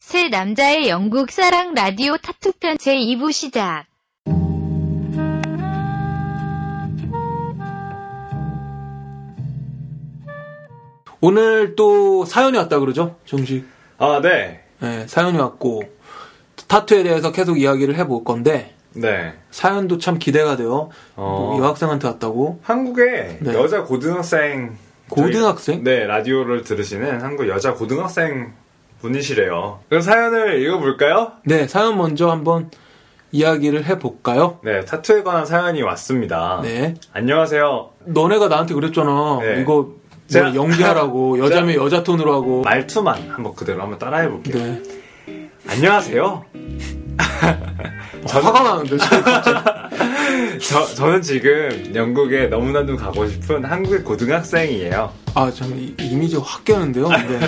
새 남자의 영국 사랑 라디오 타투편 제2부 시작. 오늘 또 사연이 왔다 그러죠? 정식. 아, 네. 네, 사연이 왔고 타투에 대해서 계속 이야기를 해볼 건데 네. 사연도 참 기대가 돼요. 어. 뭐 여학생한테 왔다고. 한국의 네. 여자 고등학생. 고등학생? 저희- 네, 라디오를 들으시는 한국 여자 고등학생 분이시래요. 그럼 사연을 읽어볼까요? 네, 사연 먼저 한번 이야기를 해볼까요? 네, 타투에 관한 사연이 왔습니다. 네. 안녕하세요. 너네가 나한테 그랬잖아. 네. 이거 뭐 제가- 연기하라고 여자면 여자 톤으로 하고. 말투만 한번 그대로 한번 따라해볼게요. 네. 안녕하세요. 어, 화가 나는데. 진짜. 저, 저는 지금 영국에 너무나도 가고 싶은 한국의 고등학생이에요. 아, 참 이- 이미지 확 깨는데요. 네.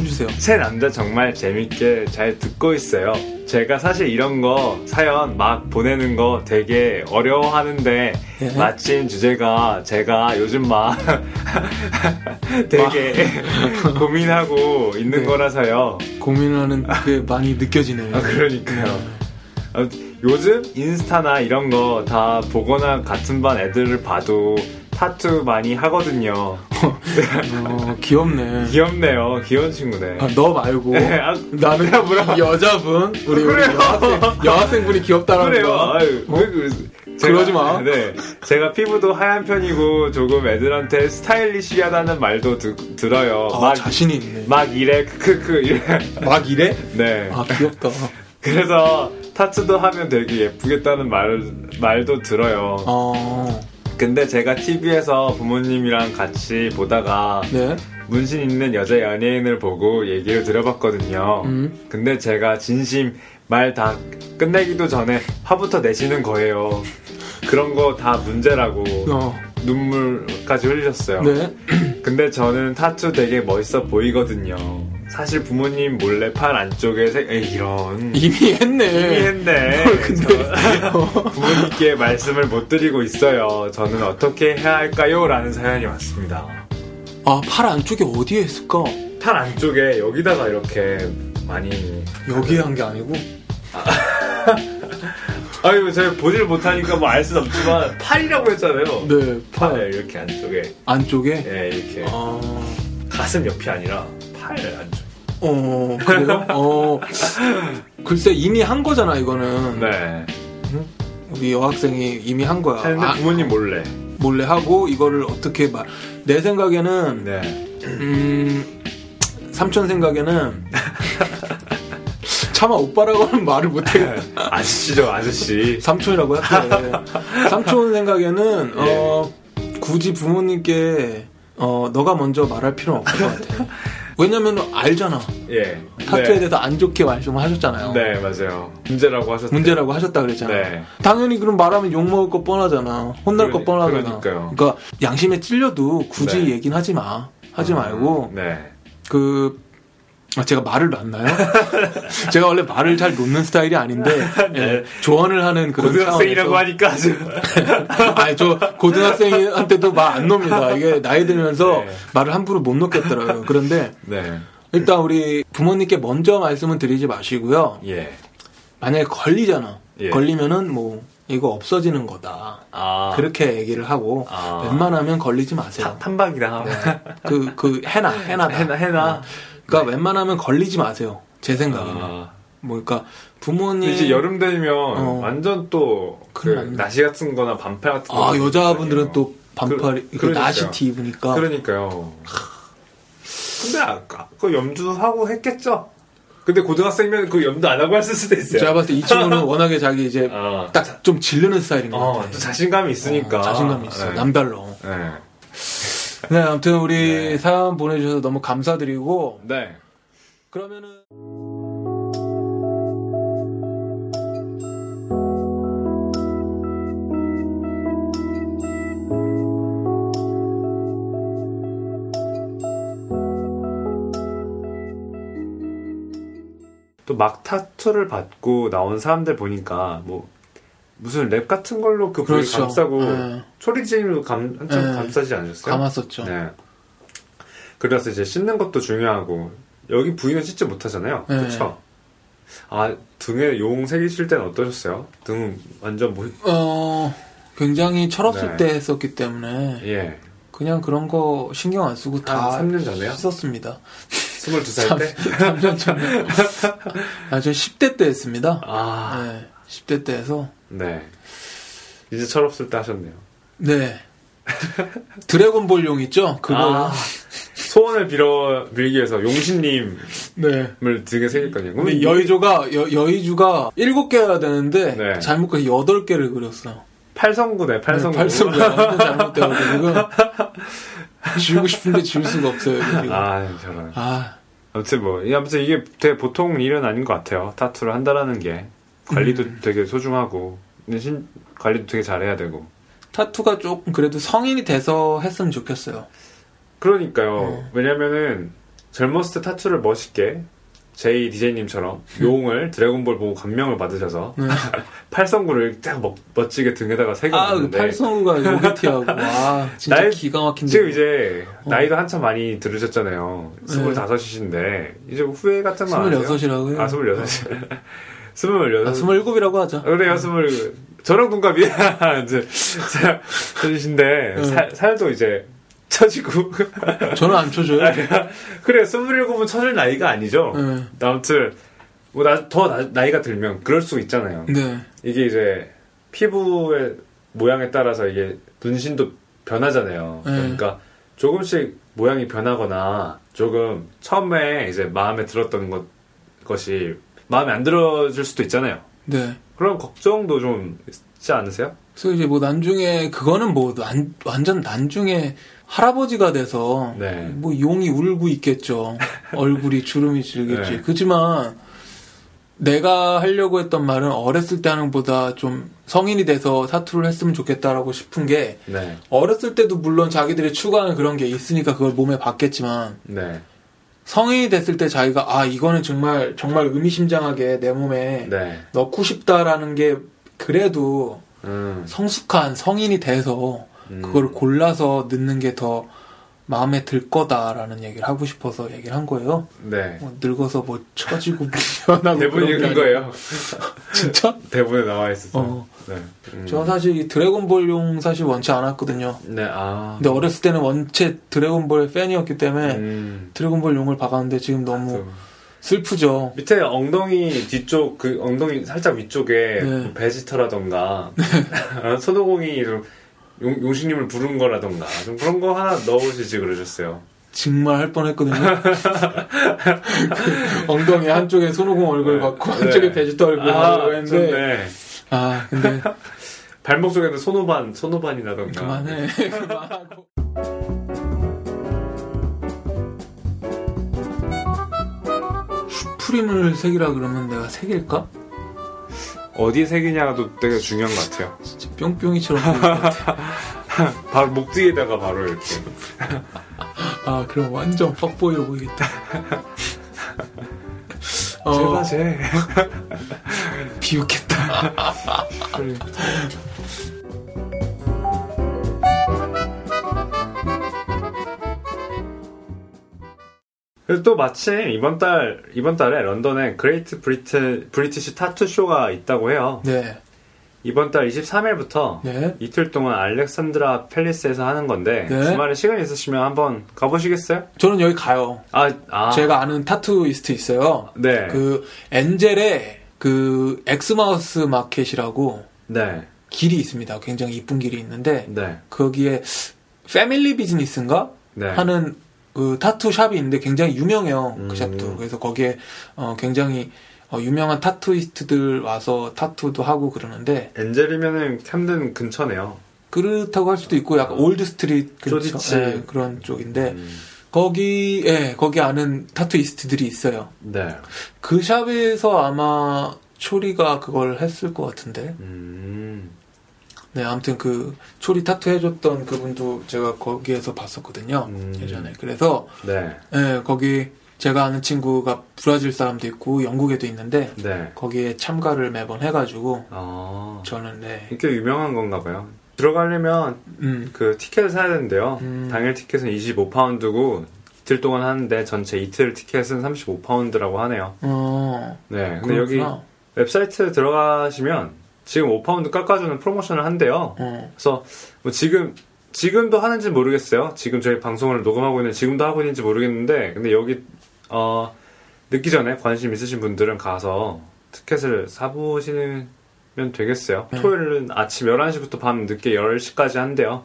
해주세요. 새 남자 정말 재밌게 잘 듣고 있어요. 제가 사실 이런 거 사연 막 보내는 거 되게 어려워하는데 예. 마침 주제가 제가 요즘 막 되게 고민하고 있는 네. 거라서요. 고민하는 게 많이 느껴지네요. 아, 그러니까요. 아, 요즘 인스타나 이런 거 다 보거나 같은 반 애들을 봐도 타투 많이 하거든요. 어, 귀엽네. 귀엽네요. 귀여운 친구네. 아, 너 말고 네, 아, 나는 뭐라, 뭐라. 이 여자분 우리, 우리 그래요. 여학생, 여학생분이 귀엽다라는 그래요. 거. 아유, 왜 그러세요? 어? 그러지 마. 네. 제가 피부도 하얀 편이고 조금 애들한테 스타일리시하다는 말도 드- 들어요. 아, 막, 자신이 있네. 막, 막 이래, 크크크, 이래. 이래? 네. 아 귀엽다. 그래서 타투도 하면 되게 예쁘겠다는 말, 말도 들어요. 어, 근데 제가 TV에서 부모님이랑 같이 보다가 네. 문신 있는 여자 연예인을 보고 얘기를 들어봤거든요. 음. 근데 제가 진심 말 다 끝내기도 전에 화부터 내시는 거예요. 그런 거 다 문제라고 어, 눈물까지 흘리셨어요. 네. 근데 저는 타투 되게 멋있어 보이거든요. 사실 부모님 몰래 팔 안쪽에 세... 에이, 이런 이미 했네. 했네. 예. 아, 근데 어, 부모님께 말씀을 못 드리고 있어요. 저는 어떻게 해야 할까요? 라는 사연이 왔습니다. 아, 팔 안쪽에 어디에 했을까? 팔 안쪽에 여기다가 이렇게 많이 여기에 한 게 아니고 아유 제가 보질 못하니까 뭐 알 수는 없지만 팔이라고 했잖아요. 네, 팔 팔 이렇게 안쪽에 안쪽에. 예 이렇게 아, 가슴 옆이 아니라 팔 안쪽. 어, 그래요? 어, 글쎄 이미 한 거잖아 이거는. 네. 우리 여학생이 이미 한 거야. 했는데 아, 부모님 몰래. 몰래 하고 이거를 어떻게 말. 내 생각에는 네. 음, 삼촌 생각에는 차마 오빠라고는 말을 못해. 네. 아저씨죠 아저씨. 삼촌이라고 할게. 삼촌 예. 생각에는 어, 굳이 부모님께 어, 너가 먼저 말할 필요는 없을 것 같아. 왜냐면 알잖아. 예. 타투에 네. 대해서 안 좋게 말씀하셨잖아요. 네 맞아요. 문제라고 하셨. 네. 문제라고 하셨다 그랬잖아. 네. 당연히 그럼 말하면 욕 먹을 거 뻔하잖아. 혼날 거 그러니- 뻔하잖아. 그러니까요. 그러니까 양심에 찔려도 굳이 네. 음, 얘긴 하지 마. 하지 말고 네. 그 아, 제가 말을 놓나요? 제가 원래 말을 잘 놓는 스타일이 아닌데 예, 조언을 하는 그런 네. 고등학생이라고 차원에서- 하니까 아주. 아니 저 고등학생한테도 말 안 놉니다. 이게 나이 들면서 네. 말을 함부로 못 놓겠더라고요. 그런데 네. 일단 우리 부모님께 먼저 말씀은 드리지 마시고요. 예. 만약에 걸리잖아. 예. 걸리면은 뭐 이거 없어지는 거다. 아. 그렇게 얘기를 하고 아. 웬만하면 걸리지 마세요. 판박이다. 네, 그, 그, 해나, 해나다. 해나, 해나. 어. 그러니까 웬만하면 걸리지 마세요. 제 생각에는. 아. 뭐, 그러니까 근데 부모님. 이제 여름 되면 어. 완전 또 큰일 그 납니다. 나시 같은 거나 반팔 같은 거 아, 여자분들은 또 반팔, 그- 그, 그러니까요. 나시티 입으니까. 그러니까요 근데 아까 그 염주하고 했겠죠 근데 고등학생이면 그 염두 안 하고 했을 수도 있어요 제가 봤을 때 이 친구는 워낙에 자기 이제 아. 딱 좀 질르는 스타일인 것 어, 같아요. 또 자신감이 있으니까 어, 자신감이 있어요. 네. 남달러. 네. 네, 아무튼 우리 사연 보내주셔서 너무 감사드리고. 네. 그러면은. 또 막 타투를 받고 나온 사람들 보니까 뭐 무슨 랩 같은 걸로 그 부위 그렇죠. 감싸고 네. 소리 지르면 감 한참 네. 감싸지 않으셨어요? 감았었죠. 네. 그래서 이제 씻는 것도 중요하고 여기 부인은 찢지 못하잖아요. 네. 그렇죠. 아 등에 용 새기실 때는 어떠셨어요? 등 완전 뭐 어, 굉장히 철없을 네. 때 했었기 때문에 예. 그냥 그런 거 신경 안 쓰고 다 한 3년 전에요? 썼습니다. 22살 때? 3년 전에. 아, 저 10대 때 했습니다. 아, 네, 10대 때 해서. 네. 이제 철없을 때 하셨네요. 네. 드래곤볼 용 있죠? 그거. 아, 소원을 빌어, 빌기 위해서 용신님을 네. 등에 새길 음, 거냐고? 근데 여의조가, 여, 여의주가 7개여야 되는데, 네. 잘못 그래서 8개를 그렸어요. 네, 팔성구네, 팔성구. 발성이 완전 잘못돼가지고. 지우고 싶은데 지울 수가 없어요. 그리고. 아. 아, 저런. 아무튼 뭐, 이- 아무튼 이게 되게 보통 일은 아닌 것 같아요. 타투를 한다라는 게. 관리도 음. 되게 소중하고, 근데 신, 관리도 되게 잘해야 되고. 타투가 조금 그래도 성인이 돼서 했으면 좋겠어요. 그러니까요. 네. 왜냐면은, 젊었을 때 타투를 멋있게, 제이 디제이님처럼 음. 용을 드래곤볼 보고 감명을 받으셔서 네. 팔성구를 딱 멋, 멋지게 등에다가 아, 그 새겨놨는데 팔성우가 요기티하고, 아, 진짜 나의- 기가 막힌데. 지금 이제 어. 네. 나이도 한참 많이 들으셨잖아요. 스물다섯이신데 이제 후회 같은 거 안 하세요? 26이라고 해요. 어. 아 스물여섯. 스물여섯. 아, 27이라고 하자. 그래요 스물. 저랑 동갑이야. 이제 들으신데 응. 살 살도 이제 처지고 저는 안 쳐줘요. 아, 그래 스물일곱은 처질 나이가 아니죠. 네. 아무튼 뭐나더 나이가 들면 그럴 수 있잖아요. 네. 이게 이제 피부의 모양에 따라서 이게 분신도 변하잖아요. 네. 그러니까 조금씩 모양이 변하거나 조금 처음에 이제 마음에 들었던 것, 것이 마음에 안 들어질 수도 있잖아요. 네. 그런 걱정도 좀 있지 않으세요? 그래서 이제 뭐 난중에 그거는 뭐 난- 완전 난중에 할아버지가 돼서 네. 뭐 용이 울고 있겠죠 얼굴이 주름이 질겠지 네. 그지만 내가 하려고 했던 말은 어렸을 때 하는 것보다 좀 성인이 돼서 사투를 했으면 좋겠다라고 싶은 게 네. 어렸을 때도 물론 자기들이 추구하는 그런 게 있으니까 그걸 몸에 받겠지만 네. 성인이 됐을 때 자기가 아 이거는 정말 정말 의미심장하게 내 몸에 네. 넣고 싶다라는 게 그래도 음. 성숙한 성인이 돼서 음. 그걸 골라서 넣는 게 더 마음에 들 거다라는 얘기를 하고 싶어서 얘기를 한 거예요. 네. 뭐 늙어서 뭐 처지고 변하고 대본 그런 게 읽은 아니고. 거예요. 진짜? 대본에 나와 있어서. 어. 네. 음. 저 사실 이 드래곤볼용 사실 원치 않았거든요. 네. 아. 근데 어렸을 때는 원체 드래곤볼의 팬이었기 때문에 음. 드래곤볼용을 박았는데 지금 너무 또. 슬프죠. 밑에 엉덩이 뒤쪽 그 엉덩이 살짝 위쪽에 네. 베지터라던가 손오공이 좀 용, 용신님을 부른 거라던가 좀 그런 거 하나 넣으시지 그러셨어요. 정말 할 뻔했거든요. 그 엉덩이 한쪽에 손오공 얼굴 네. 받고 한쪽에 네. 베지터 얼굴 받고 했는데 좋네. 아 근데 발목 쪽에는 손오반 손오반이라던가 그만해. 그만하고. 슈프림을 새기라 그러면 내가 새길까? 어디 색이냐도 되게 중요한 것 같아요. 진짜 뿅뿅이처럼 보일 것 같아. 바로 목 뒤에다가 바로 이렇게 아, 그럼 완전 뻑보이로 보이겠다. 제가 어, 제 비웃겠다. 그리고 또 마침 이번 달 이번 달에 런던에 그레이트 브리트 브리티시 타투 쇼가 있다고 해요. 네, 이번 달 23일부터 네. 이틀 동안 알렉산드라 팰리스에서 하는 건데 네. 주말에 시간 있으시면 한번 가보시겠어요? 저는 여기 가요. 아, 아 제가 아는 타투이스트 있어요. 네, 그, 엔젤의 그, 엑스마우스 마켓이라고 네, 길이 있습니다. 굉장히 이쁜 길이 있는데, 네, 거기에 패밀리 비즈니스인가 네. 하는 그 타투 샵이 있는데 굉장히 유명해요 음. 그 샵도 그래서 거기에 어, 굉장히 어, 유명한 타투이스트들 와서 타투도 하고 그러는데 엔젤이면은 캠든 근처네요. 그렇다고 할 수도 있고 약간 올드 스트릿 근처 쇼디치. 예, 그런 쪽인데 음, 거기 예 거기 아는 타투이스트들이 있어요 네. 그 샵에서 아마 초리가 그걸 했을 것 같은데 음, 네, 아무튼 그 초리 타투 해줬던 그분도 제가 거기에서 봤었거든요. 음. 예전에. 그래서 네, 예, 거기 제가 아는 친구가 브라질 사람도 있고 영국에도 있는데 네. 거기에 참가를 매번 해가지고 아, 저는 네, 이게 유명한 건가 봐요. 들어가려면 음, 그 티켓을 사야 되는데요. 음. 당일 티켓은 25파운드고 이틀 동안 하는데 전체 이틀 티켓은 35파운드라고 하네요. 어. 네. 근데 여기 그렇구나. 웹사이트 들어가시면 지금 5파운드 깎아주는 프로모션을 한대요. 어. 그래서 뭐 지금 지금도 하는지 모르겠어요. 지금 저희 방송을 녹음하고 있는 지금도 하고 있는지 모르겠는데 근데 여기 어 늦기 전에 관심 있으신 분들은 가서 티켓을 사보시면 되겠어요. 토요일은 아침 11시부터 밤 늦게 10시까지 한대요.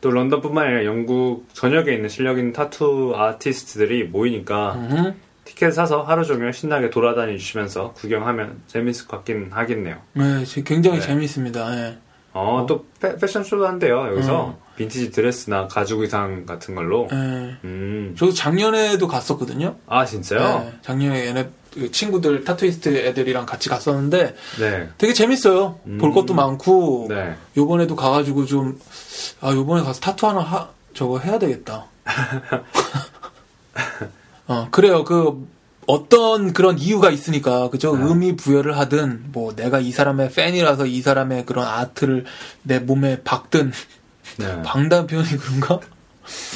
또 런던뿐만 아니라 영국 전역에 있는 실력 있는 타투 아티스트들이 모이니까 음. 티켓 사서 하루 종일 신나게 돌아다니시면서 구경하면 재밌을 것 같긴 하겠네요. 네, 지- 굉장히 네. 재미있습니다. 예. 어, 또 패, 패션쇼도 한대요, 여기서. 빈티지 드레스나 가죽 의상 같은 걸로. 예. 음. 저도 작년에도 갔었거든요. 아, 진짜요? 네, 작년에 얘네 그 친구들 타투이스트 애들이랑 같이 갔었는데 네. 되게 재밌어요. 음. 볼 것도 많고 네. 요번에도 가가지고 좀 아, 요번에 가서 타투 하나 하, 저거 해야 되겠다. 어, 그래요. 그 어떤 그런 이유가 있으니까 그죠? 네. 의미 부여를 하든 뭐 내가 이 사람의 팬이라서 이 사람의 그런 아트를 내 몸에 박든 네. 방단 표현이 그런가?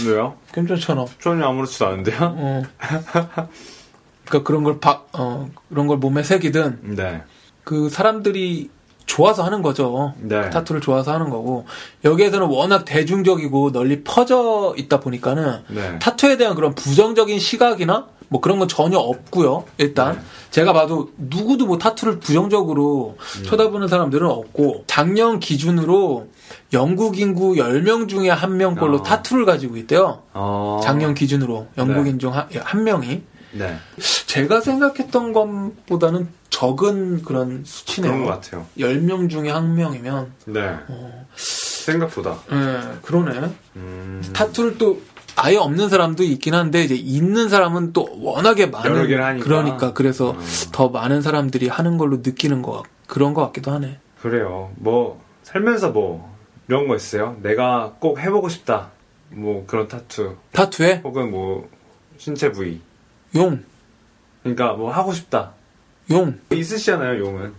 왜요? 괜찮잖아. 전혀 아무렇지도 않은데요? 어. 그러니까 그런 걸 박, 어, 그런 걸 몸에 새기든 네. 그 사람들이 좋아서 하는 거죠. 네. 타투를 좋아서 하는 거고 여기에서는 워낙 대중적이고 널리 퍼져 있다 보니까는 네. 타투에 대한 그런 부정적인 시각이나 뭐 그런 건 전혀 없고요. 일단 네. 제가 봐도 누구도 뭐 타투를 부정적으로 음. 쳐다보는 사람들은 없고 작년 기준으로 영국 인구 10명 중에 한 명꼴로 어. 타투를 가지고 있대요. 어. 작년 기준으로 영국인 중 한 명이 네. 제가 생각했던 것보다는 적은 그런 수치네요. 그런 것 같아요. 10명 중에 한 명이면 네. 생각보다. 예, 그러네. 음. 타투를 또 아예 없는 사람도 있긴 한데 이제 있는 사람은 또 워낙에 많은 여러 개를 하니까. 그러니까 그래서 음. 더 많은 사람들이 하는 걸로 느끼는 거 그런 것 같기도 하네. 그래요. 뭐, 살면서 뭐, 이런 거 있어요? 내가 꼭 해보고 싶다. 뭐, 그런 타투. 타투에 혹은 뭐, 신체 부위. 용, 그러니까 뭐, 하고 싶다. 용. 있으시잖아요, 용은.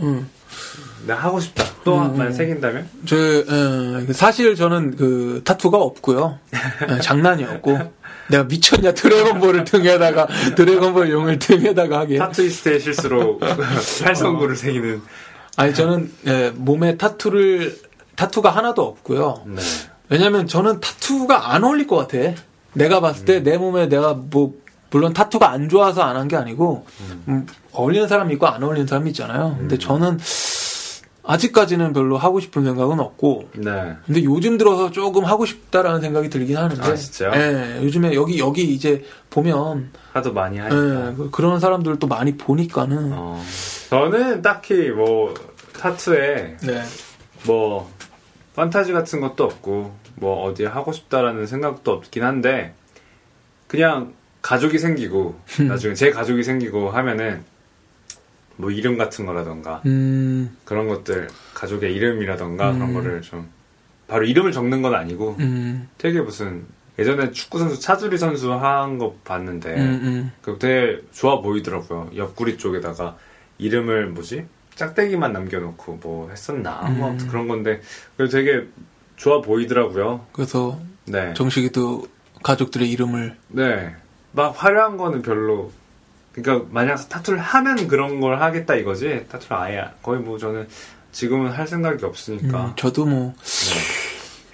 음. 나 하고 싶다. 또 음, 한 번 음. 생긴다면? 저 예, 사실 저는 그 타투가 없고요. 예, 장난이었고 내가 미쳤냐 드래곤볼을 등에다가 드래곤볼 용을 등에다가 하게. 타투이스트의 실수로 팔성구를 새기는. 아니 저는 예, 몸에 타투를 타투가 하나도 없고요. 네. 왜냐면 저는 타투가 안 어울릴 것 같아. 내가 봤을 음. 때 내 몸에 내가 뭐 물론 타투가 안 좋아서 안 한 게 아니고 음, 어울리는 사람 있고 안 어울리는 사람 이 있잖아요. 음. 근데 저는 아직까지는 별로 하고 싶은 생각은 없고 네. 근데 요즘 들어서 조금 하고 싶다라는 생각이 들긴 하는데 아, 진짜요? 예, 요즘에 여기 여기 이제 보면 하도 많이 예, 하니까. 그- 그런 사람들 또 많이 보니까는 아, 어. 저는 딱히 뭐, 타투에 네. 뭐, 판타지 같은 것도 없고, 뭐, 어디 하고 싶다라는 생각도 없긴 한데, 그냥 가족이 생기고, 음. 나중에 제 가족이 생기고 하면은, 뭐, 이름 같은 거라던가, 음, 그런 것들 가족의 이름이라던가 음. 그런 거를 좀 바로 이름을 적는 건 아니고 음, 되게 무슨 예전에 축구 선수 차주리 선수 한 거 봤는데 음, 음. 그 되게 좋아 보이더라고요 옆구리 쪽에다가 이름을 뭐지 짝대기만 남겨놓고 뭐 했었나 뭐 음. 아무튼 그런 건데 그 되게 좋아 보이더라고요 그래서 네 정식이도 가족들의 이름을 네. 막 화려한 거는 별로. 그러니까 만약 타투를 하면 그런 걸 하겠다 이거지. 타투를 아예 거의 뭐 저는 지금은 할 생각이 음, 없으니까. 네. 저도 뭐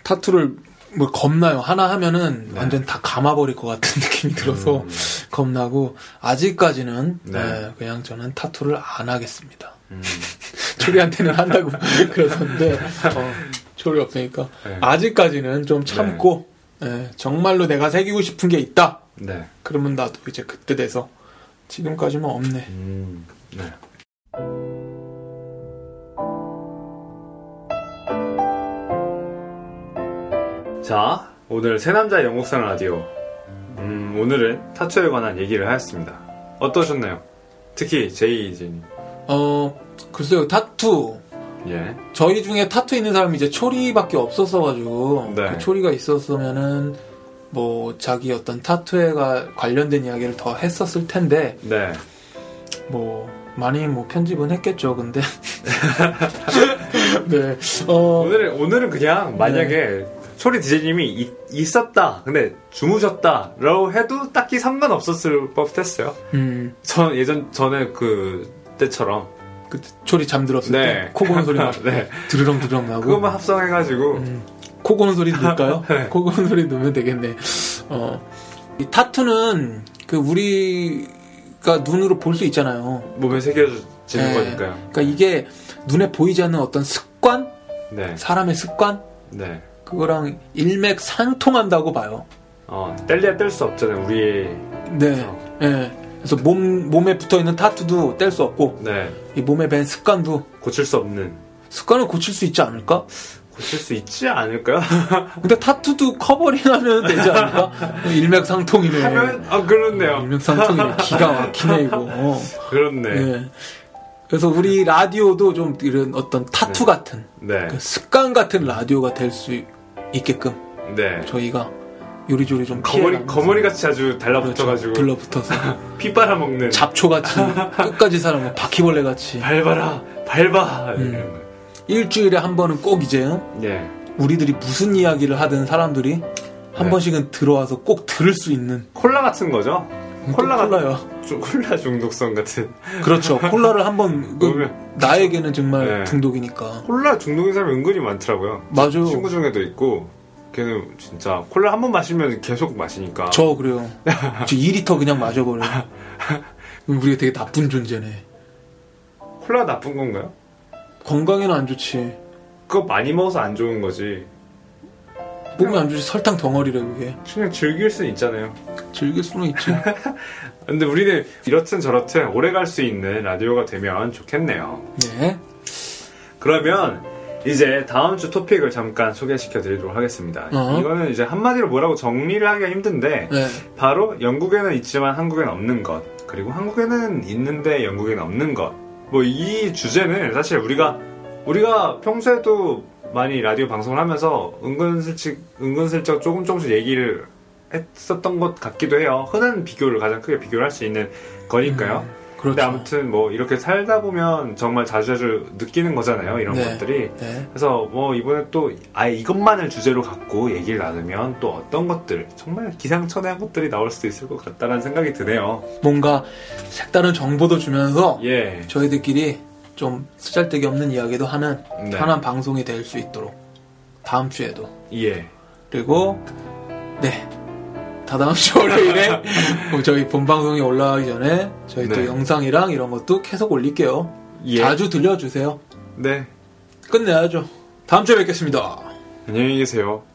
타투를 뭐 겁나요. 하나 하면은 네. 완전 다 감아버릴 것 같은 느낌이 들어서 음. 겁나고 아직까지는 네. 예, 그냥 저는 타투를 안 하겠습니다. 음. 초리한테는 한다고 그러던데 어, 초리 없으니까 네. 아직까지는 좀 참고 예, 정말로 내가 새기고 싶은 게 있다. 네. 그러면 나도 이제 그때 돼서 지금까지는 없네. 음. 네. 자, 오늘 새남자 영국산 라디오. 음, 오늘은 타투에 관한 얘기를 하였습니다. 어떠셨나요? 특히 제이진. 어 글쎄요 타투 예. 저희 중에 타투 있는 사람이 이제 초리밖에 없었어가지고 네. 그 초리가 있었으면은 뭐 자기 어떤 타투에가 관련된 이야기를 더 했었을 텐데 네. 뭐 많이 뭐 편집은 했겠죠 근데 네. 네어 어, 오늘은 오늘은 그냥 만약에 소리 DJ님이 이- 있었다. 근데 주무셨다라고 해도 딱히 상관없었을 법했어요. 음, 전 예전 전에 그 때처럼 그 조리 잠들었을 네. 때 코 고는 소리 막 네. 드르렁 드르렁 나고 그것만 합성해가지고 코 고는 소리 넣을까요? 네. 코 고는 소리 넣으면 되겠네. 어, 이 타투는 그 우리가 눈으로 볼 수 있잖아요. 몸에 새겨지는 네. 거니까요. 그러니까 이게 눈에 보이지 않는 어떤 습관, 네, 사람의 습관 네. 그거랑 일맥상통한다고 봐요. 어 뗄래야 뗄 수 없잖아요. 우리의 네, 그렇죠. 예. 그래서 몸 몸에 붙어 있는 타투도 뗄 수 없고 네 이 몸에 밴 습관도 고칠 수 없는 습관을 고칠 수 있지 않을까? 고칠 수 있지 않을까요? 근데 타투도 커버링하면 되지 않을까? 일맥상통이네. 하면 아 그렇네요. 일맥상통이네. 기가 막히네 이거. 어. 그렇네. 예. 그래서 우리 라디오도 좀 이런 어떤 타투 네. 같은 네, 그 습관 같은 라디오가 될 수 있게끔 네. 저희가 요리조리 좀 거머리 그 피해가면서 거머리 같이 자주 그렇죠. 달라붙어가지고 들러붙어서 피 빨아먹는 잡초같이 끝까지 사람은 바퀴벌레같이 밟아라 밟아 음. 이런 거. 일주일에 한 번은 꼭 이제 예. 우리들이 무슨 이야기를 하든 사람들이 한 네. 번씩은 들어와서 꼭 들을 수 있는 콜라 같은 거죠? 콜라 꼭 같은 음, 콜라요. 좀 콜라 중독성 같은 그렇죠. 콜라를 한번 그 그러면- 나에게는 정말 네. 중독이니까. 콜라 중독인 사람이 은근히 많더라고요. 맞아요. 친구 중에도 있고 걔는 진짜 콜라 한 번 마시면 계속 마시니까 저 그래요. 저 2리터 그냥 마셔버려. 우리가 되게 나쁜 존재네. 콜라 나쁜 건가요? 건강에는 안 좋지. 그거 많이 먹어서 안 좋은 거지. 몸에 안 좋지. 설탕 덩어리래 그게. 그냥 즐길 수는 있잖아요. 즐길 수는 있지. 근데 우리는 이렇든 저렇든 오래 갈 수 있는 라디오가 되면 좋겠네요. 네. 그러면 이제 다음 주 토픽을 잠깐 소개시켜 드리도록 하겠습니다. 어. 이거는 이제 한마디로 뭐라고 정리를 하기가 힘든데 네. 바로 영국에는 있지만 한국에는 없는 것 그리고 한국에는 있는데 영국에는 없는 것뭐 이 주제는 사실 우리가 우리가 평소에도 많이 라디오 방송을 하면서 은근슬쩍 은근슬쩍 조금 조금씩 얘기를 했었던 것 같기도 해요 흔한 비교를 가장 크게 비교를 할 수 있는 거니까요 근데 그렇죠. 아무튼 뭐 이렇게 살다 보면 정말 자주자주 느끼는 거잖아요 이런 네. 것들이 네. 그래서 뭐 이번에 또 아예 이것만을 주제로 갖고 얘기를 나누면 또 어떤 것들 정말 기상천외한 것들이 나올 수도 있을 것 같다라는 생각이 드네요. 뭔가 색다른 정보도 주면서 예, 저희들끼리 좀 쓰잘데기 없는 이야기도 하는 네. 편한 방송이 될 수 있도록 다음 주에도 예, 그리고 네 다다음 주 월요일에 그럼 저희 본 방송이 올라가기 전에 저희 또 네. 영상이랑 이런 것도 계속 올릴게요. 예. 자주 들려주세요. 네. 끝내야죠. 다음 주에 뵙겠습니다. 안녕히 계세요.